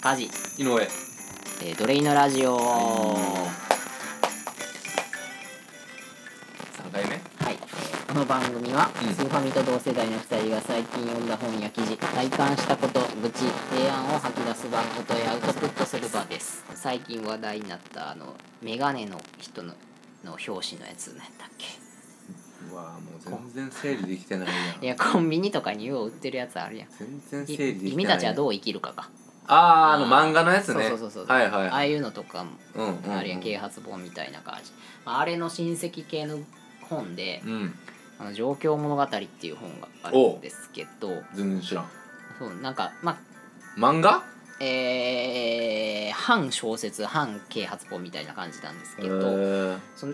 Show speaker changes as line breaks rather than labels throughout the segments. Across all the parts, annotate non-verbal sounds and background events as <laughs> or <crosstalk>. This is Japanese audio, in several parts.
カジ、
井上
えー、ドレイのラジオ、
は
は
3回目
いえーこの番組は、
うん
スーファミと同世代の2人が最近読んだ本や記事体感したこと愚痴提案を吐き出す場音やアウトプットする場です最近話題になったあのメガネの人のの表紙のやつ何やったっけ
うわもう全然整理できてない
い
や
や
ん
コンビニとかによう売ってるやつあるやん
全然整理できてない
君たちはどう生きるかか
あーあの漫画のやつね
そうそうそうそう
はいはい
ああ
はい
いうのとかも
うんうんうん
あれや啓発本みたいな感じ、まあ、あれの親戚系の本で
うん
「あの状況物語」っていう本があるんですけど
全然知らん
そうなんかま
漫画
あえー、半小説半啓発本みたいな感じなんですけ
へ
ど、
ー
そ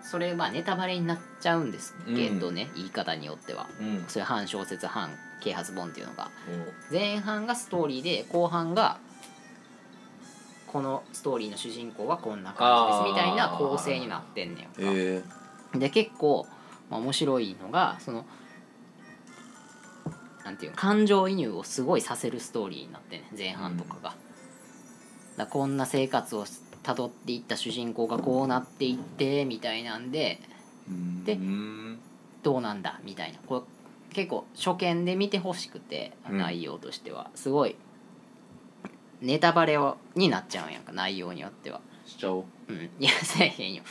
それはネタバレになっちゃうんですけどね、言い方によっては
うん
それ半小説半啓発本っていうのが
お
前半がストーリーで後半がこのストーリーの主人公はこんな感じですみたいな構成になってんねんか。
え
で結構、まあ、面白いのがそのなんていうの感情移入をすごいさせるストーリーになってね前半とかが。だこんな生活をたどっていった主人公がこうなっていってみたいなんで
ー
で
うん
どうなんだみたいなこれ結構初見で見てほしくて
うん
内容としては、すごいネタバレをになっちゃうんやんか内容によっては
しちゃおう
うんいやせえへんよ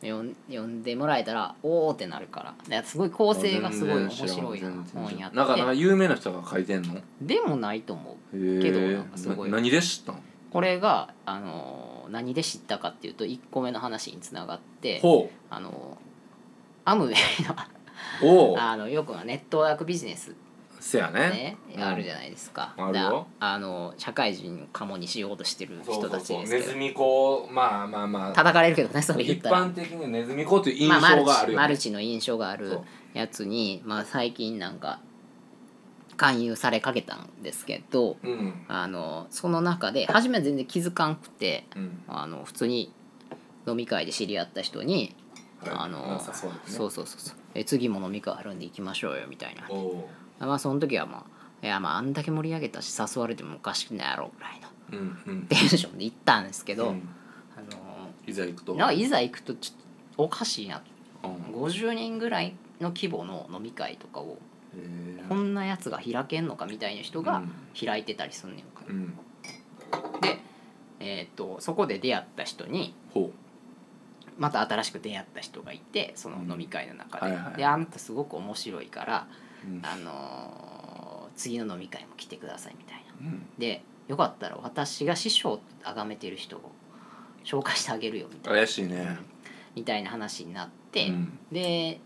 読ん読んでもらえたらおおってなるからだからすごい構成がすごい面白い本や
ななんかなんか
って
有名な人が書いてんのへ
でもないと思う
え
けどなんかすごい
何で知ったの
これが、あのー何で知ったかっていうと1個目の話につながって、
ほう
あのーアムウェイの
おう
あのよくはネットワークビジネス
せやね
ね、あるじゃないですか。
あるよ
だあの社会人をカモにしようとしてる人たちですけ
ネ
ど、
ズミ子まあまあまあ
叩かれるけどね、それ言っ
一
たら。
般的にネズミ子という印
まあマ
象
ル
がある
チ
よね
マルチの印象があ
そ
る
う
やつに、まあ最近なんか勧誘されかけたんですけど、
うん
あのその中で初めは全然気づかんくて、
うん
あの普通に飲み会で知り合った人に、あの、
さそうです
そ
ね
うそうそうそう、え次も飲み会あるんで行きましょうよみたいな。
おう
まあその時はまあいやまああんだけ盛り上げたし誘われてもおかしくないやろぐらいの <laughs>
うんうん
テンションで行ったんですけど、
うん
あの
いざ行くと
ーなんかいざ行くとちょっとおかしいな
うん
50人ぐらいの規模の飲み会とかを
へえ
こんなやつが開けんのかみたいな人が
うん
開いてたりすんねんか、
うん
で、えー、とそこで出会った人に
ほ
また新しく出会った人がいてその飲み会の中で「
うんはいはい
であなたすごく面白いから、
ううん
あのー次の飲み会も来てください」みたいな。
うん
でよかったら私が師匠あがめてる人を紹介してあげるよみたいな
怪しいね
みたいな話になっ
う
て、
ん
で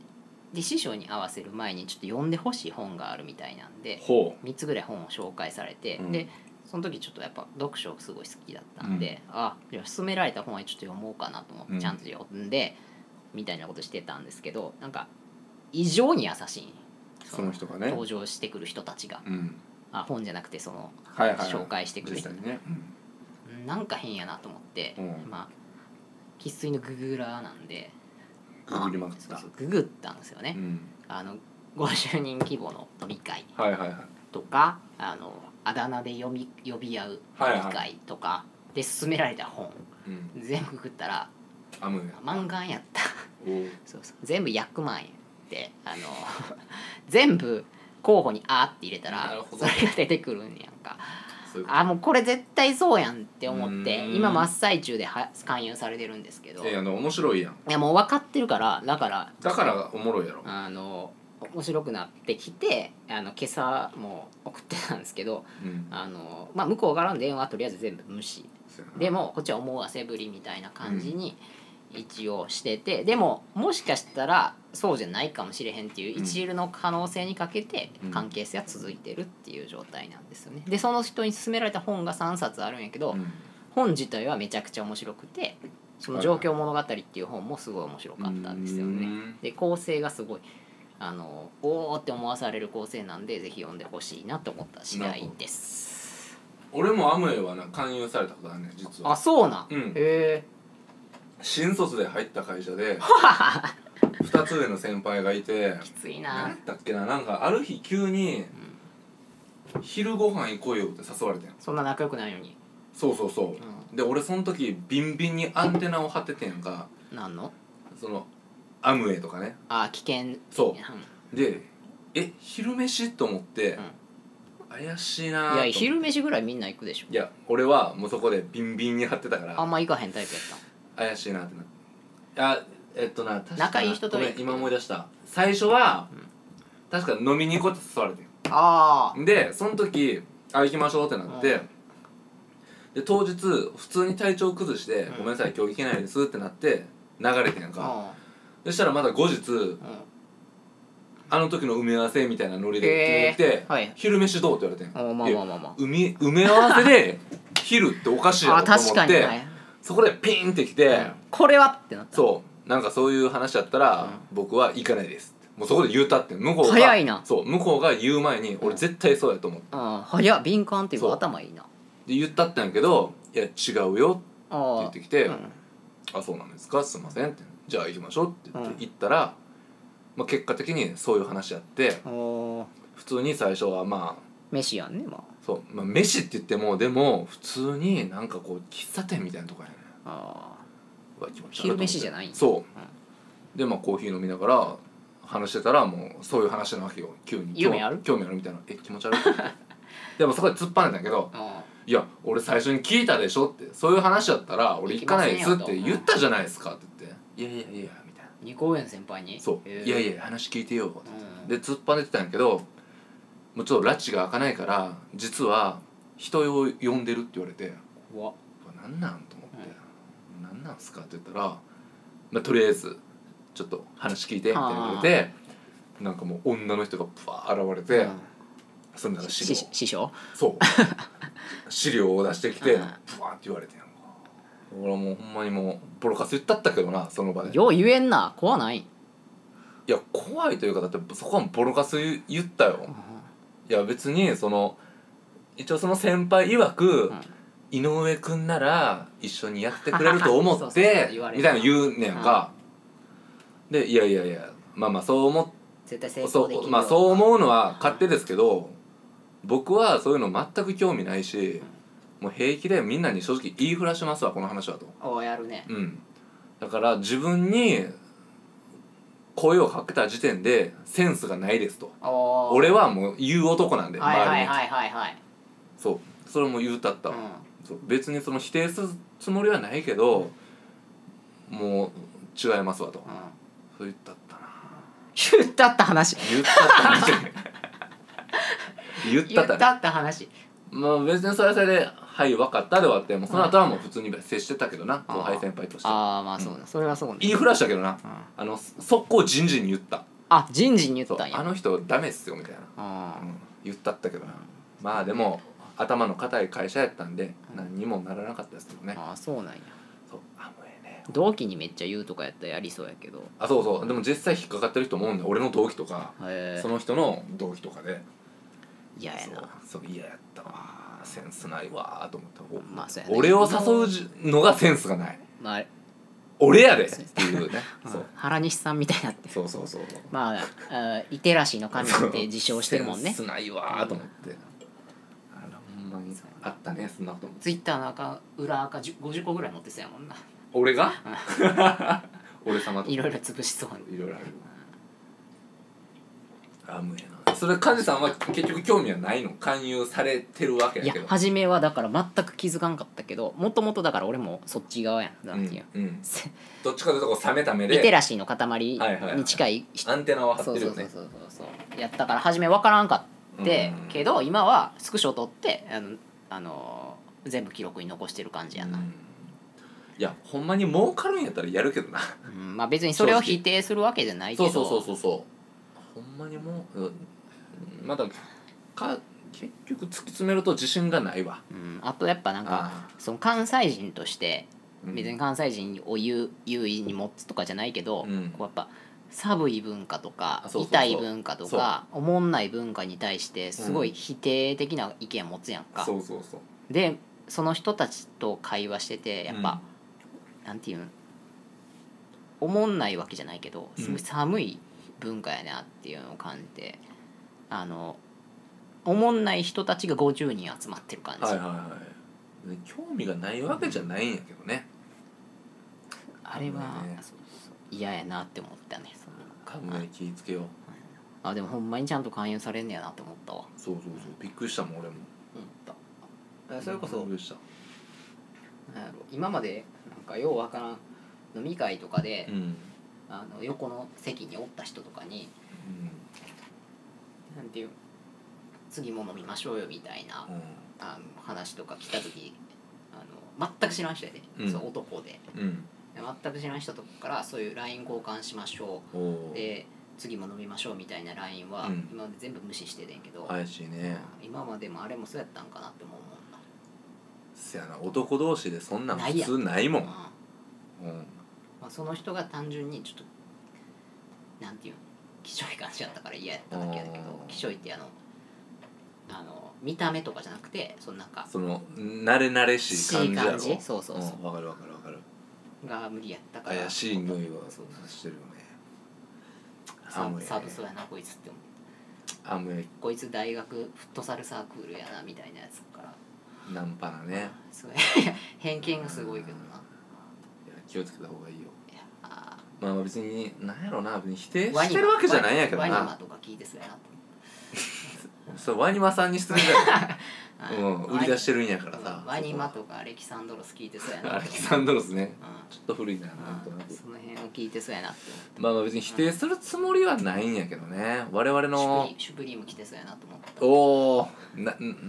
で師匠に合わせる前にちょっと読んでほしい本があるみたいなんで
ほ
3つぐらい本を紹介されて、
うん
でその時ちょっとやっぱ読書すごい好きだったんで、あじゃあ勧められた本はちょっと読もうかなと思っ
う
て
ん
ちゃんと読んで、みたいなことしてたんですけどなんか異常に優しい。
その人がね
登場してくる人たちが
ううん
あ本じゃなくてその
はいはいはい
紹介してくれる
実際にねうん
なんか変やなと思って、
うん
まあ生粋のググラーなんで
ググりまくっ
そう
た
そうググったんですよ
う
ね、
ん
あの50人規模の飲み会
はいはいはい
とかあのあだ名で呼び呼び合う飲み会とか、で勧められた本
うん
全部ググったら
アムウェイ
漫画やった <laughs>
おう
そうそう全部100万円ってあの <laughs> 全部候補に「あ」って入れた
な
ら
るほ
そ
ど
れが出てくるんやんか
そういうこと
あもうこれ絶対そうやんって思って
うん
今真っ最中では勧誘されてるんですけど
ええやんでも面白いやん
いやもう分かってるからだから
だからおもろいやろ
あの面白くなってきてあの今朝も送ってたんですけど
うん
あの、まあ、向こうからの電話はとりあえず全部無視
そうやな
でもこっちは思わせぶりみたいな感じに一応してて、でももしかしたらそうじゃないかもしれへんっていう
うん
一流の可能性にかけて
うん
関係性は続いてるっていう状態なんですよね。でその人に勧められた本が3冊あるんやけど、
うん
本自体はめちゃくちゃ面白くてその「状況物語」っていう本もすごい面白かったんですよ
う
ね
ん。
で構成がすごいあのおーって思わされる構成なんでぜひ読んでほしいなと思った次第です。
俺もアムウェイはな勧誘されたことあるねん実
あ
は
そうなん、
うん
へえ
新卒で入った会
<laughs>
社で二つ上の先輩がいて
きつい
何
な
やったっけななんかある日急に昼ご飯行こうよって誘われてん
そんな仲良くないのに
そうそうそう、で俺その時ビンビンにアンテナを張っててんか
なんの
そのアムウェイとかね
あ危険
そ
うん
うでえ昼飯と思って、怪しい
い
なーと思
や
って
昼飯ぐらいみんな行くでしょ
いや俺はもうそこでビンビンに張ってたか
あ
ら
んま行かへんタイプやっ
怪しいなってなあえっとな確か
仲いい人と
ご
は
めん今思い出した最初は、確か飲みに行こうって誘われて
たあ
んでその時あ行きましょうってなって、
う
で当日普通に体調崩して、
ん
ごめんなさい今日行けないですってなって流れてんやんか、
あ
そしたらまた後日
うんうん
あの時の埋め合わせみたいなノリで決めて、
へーはい
昼飯どうって言われてん
おまあまあまあまあ
いや埋め埋め合わ
<laughs>
せで昼っておかしい
あ
なと思
確か
っ
に
て、
ね、
そこでピンってきて、
これはってなった
そうなんかそういう話だったら、僕は行かないですってもうそこで言うたって向こうが
早いな
そう向こうが言う前に俺絶対そうやと思っ
う
て
ん早っ敏感っていう
そう
か頭いいな
で言ったったんやけど「いや違うよ」って
ああ
言ってきて「
うん
あそうなんですかすいません」って「じゃあ行きましょう」って言って
うん
行ったら、まあ、結果的にそういう話やって
おー
普通に最初はまあ
飯やんねま
そう、まあ、飯って言ってもでも普通になんかこう喫茶店みたいなとこやね
ああ
うわ気持ち悪い
昼飯じゃないんや
そう、でまあコーヒー飲みながら話してたらもうそういう話なわけよ急
<laughs>
に
夢ある
興味あるみたいなえ気持ち悪い <laughs> でもそこで突っぱねたんやけど
あ
「いや俺最初に聞いたでしょ」って「そういう話だったら俺行かないです」って言ったじゃないですかって言って「いやいやいや」みたいな
二公園先輩
「
に
そう
へー
いやいや話聞いてよ」って
うん
で突っぱねてたんやけどもうちょっと拉致が開かないから実は人を呼んでるって言われて
怖っ
これなんなんと思って「なんなんすか?」って言ったら、まあ、とりあえず「ちょっと話聞いて」みたいな言われてなんかもう女の人がプワー現れて、
うん
そんなら資
し
料
師匠
そう
<laughs>
資料を出してきて
うん
プワーって言われてん俺はもうほんまにもうボロカス言ったったけどなその場でい
よう言えんな怖ない
や怖いというかだってそこはボロカス言言った
う
よ
ん
いや別にその一応その先輩曰く、
うん
井上くんなら一緒にやってくれると
<laughs>
思
そう
っ
そうそう
て
言われる
みたいな言うねんか、でいやいやいやまあまあそう思
絶対成
っ
功でき
そ
るよ
うまあそう思うのは勝手ですけど僕はそういうの全く興味ないしもう平気でみんなに正直言いふらしますわこの話はと
おやるね
うんだから自分に声をかけた時点でセンスがないですと
おー
俺はもう言う男なんで
はい
周
は
り
い
に
はいはいはい
そうそれも言うたった
う
わ、
ん
そう別にその否定するつもりはないけど、もう違いますわと、
うん
そう言ったったな
言ったった話
言ったったな言った
言
っ
ったた
な
った話
まあ別にそれはそれで「はい分かった」で終わってもうその後はもう普通に接してたけどな
あー
後輩先輩として
ああまあそうだそれはそう
言
ね
いふらしたけどな
うん
あの速攻人事に言った
あ人事に言
そ
っ
う
たんや
あの人ダメっすよみたいな、
あ
うん言ったったけどなまあでも頭の固い会社やったんで何にもならなかったですけどね、
あそうなんや
そうあもうええね
同期にめっちゃ言うとかやったらやりそうやけど
あそうそうでも実際引っかかってる人も多いんだ俺の同期とか
へえ
その人の同期とかで
嫌やな
そうそう嫌やったわセンスないわと思ったお
まあそうやな
俺を誘うじのがセンスがない
まあ
俺やでっていうねそう
原西さんみたいになって
そうそうそう
まああーイテラシーの神って自称してるもんね
センスないわと思ってあらほんまにあったねそんなことも
ツイッターの赤裏赤10 50個ぐらい持ってそうやもんな
俺が <laughs> 俺様と
いろいろ潰しそう
いろいろあるあ無理なそれ梶さんは結局興味はないの勧誘されてるわけ
い
や
や
けど
初めはだから全く気づかんかったけどもともとだから俺もそっち側やんなんていう、
うんうん、どっちかというとこう冷めた目
リテ
で
ラシーの塊に近い人
アンテナを張
そ
っ
う
てる
そう
よ
そう
ね
そうそうやったから初め分からんかって、
うん
けど今はスクショ取ってあの、あのー全部記録に残してる感じやな、
うんいやほんまに儲かるんやったらやるけどな
うんまあ別にそれを否定するわけじゃないけ
そう
ど
そうそうそうそうほんまにもううんまだか結局突き詰めると自信がないわ
うん、あとやっぱなんか
あ
その関西人として
うん
別に関西人を優優位に持つとかじゃないけど、
うん
こうやっぱ寒い文化とか
あそうそうそ
痛
う
い文化とかおもんない文化に対してすごい否定的な意見持つやんか、
そうそうそう
でその人たちと会話しててやっぱ、なんていうんおもんないわけじゃないけどすごい寒い文化やなっていうのを感じて、あのおもんない人たちが50人集まってる感じ、
はいはいはいね興味がないわけじゃないんやけどね
あれは
危ないね
そうそう嫌やなって思ったねその
考え気ぃつけよう
あでもほんまにちゃんと勧誘されんねやなって思ったわ
そうそうそうびっくりしたもん俺も
思ったえそれこそ
びっくりした
なんやろ今までなんかようわからん飲み会とかで、
うん
あの横の席におった人とかになんていう次も飲みましょうよみたいな、
うん
あの話とか来た時あの全く知らん人やで、
うん
そう男で
うん
全く知らん人とかからそういう LINE 交換しましょ
お
う
おー
で次も飲みましょうみたいな LINE は、
うん
今まで全部無視しててんけど、
怪しいね
今までもあれもそうやったんかなっても思うな
せやな男同士でそんなん
ない
普
やん
通ないも
うん
ん
ま
うん
あ、その人が単純にちょっとなんていうのきしょい感じやったから嫌やっただけやけど
あー
きしょいってあのあの見た目とかじゃなくてそのなんか
その慣れ慣れしい感じやろ
しい感じそうそうそうん
わかるわかるわかる
が無理やったから
怪しい匂いは
そうそう
してるよね
サ
アム
ー
ウ
サーブそう
ェイ
やなこいつって思う
アムウェイ
こいつ大学フットサルサークルやなみたいなやつから
ナンパなねいや
すごい偏見がすごいけどな
気をつけた方がいいよ
いやあ
まあまあ別になんやろな別に否定
ーワニ
してるわけじゃないんやけど
ワニワニマ
な
とか聞いてそうやなと
それワニマさんに失礼だよう
思
ん
う
売り出しててるんやからさ
ワニマとかアレキサンドロス聞いてそうやな
アレキサンドロスね
うん
ちょっと古いななんとなく
その辺を聞いてそうやなって思って
まあまあ別に否定するつもりはないんやけどね我々の
シュプリシュプリーム来てそうやなと思った
おお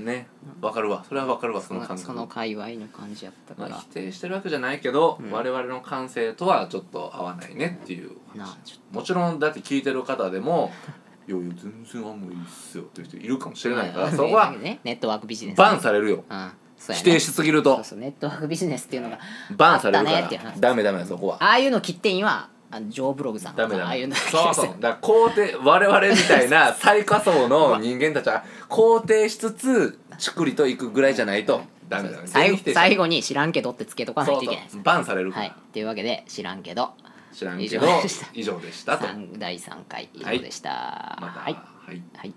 ねわかるわそれはわかるわその
そ
感
の
覚
その界隈の感じやったか
ま
ら、
あ、否定してるわけじゃないけど、
うん
我々の感性とはちょっと合わないねっていうお話
なあちょっ
もちろんだって聞いてる方
<laughs>
でも「いやいや全然あんまいいっすよ」っていう人いるかもしれないから、
まあ
そこは
ねネットワークビジネス
バンされるよ、
うんそうや
否
ね
定しすぎる
そう
と
そうネットワークビジネスっていうのが
バンされるか
あったねっていう
ら、
話
ダメダメそこは
ああいうの切っていいはあのジョーブログさん
ダメ
あ
ダ
あいうの
メそうそうだから肯定我々み
<laughs>
たいな最下層の人間たちは肯定しつつちくりといくぐらいじゃ
<laughs>
ないとダメダメ
最
全員
後
否定しちゃう
最後に知らんけどってつけとかない
そう
といけないです
そ
ね
うバンされるか
は
ら、
いというわけで知らんけど
知らんけ
以
ど
上でした
以上でしたと
三第3回以上でした、
また
はい
はい
はい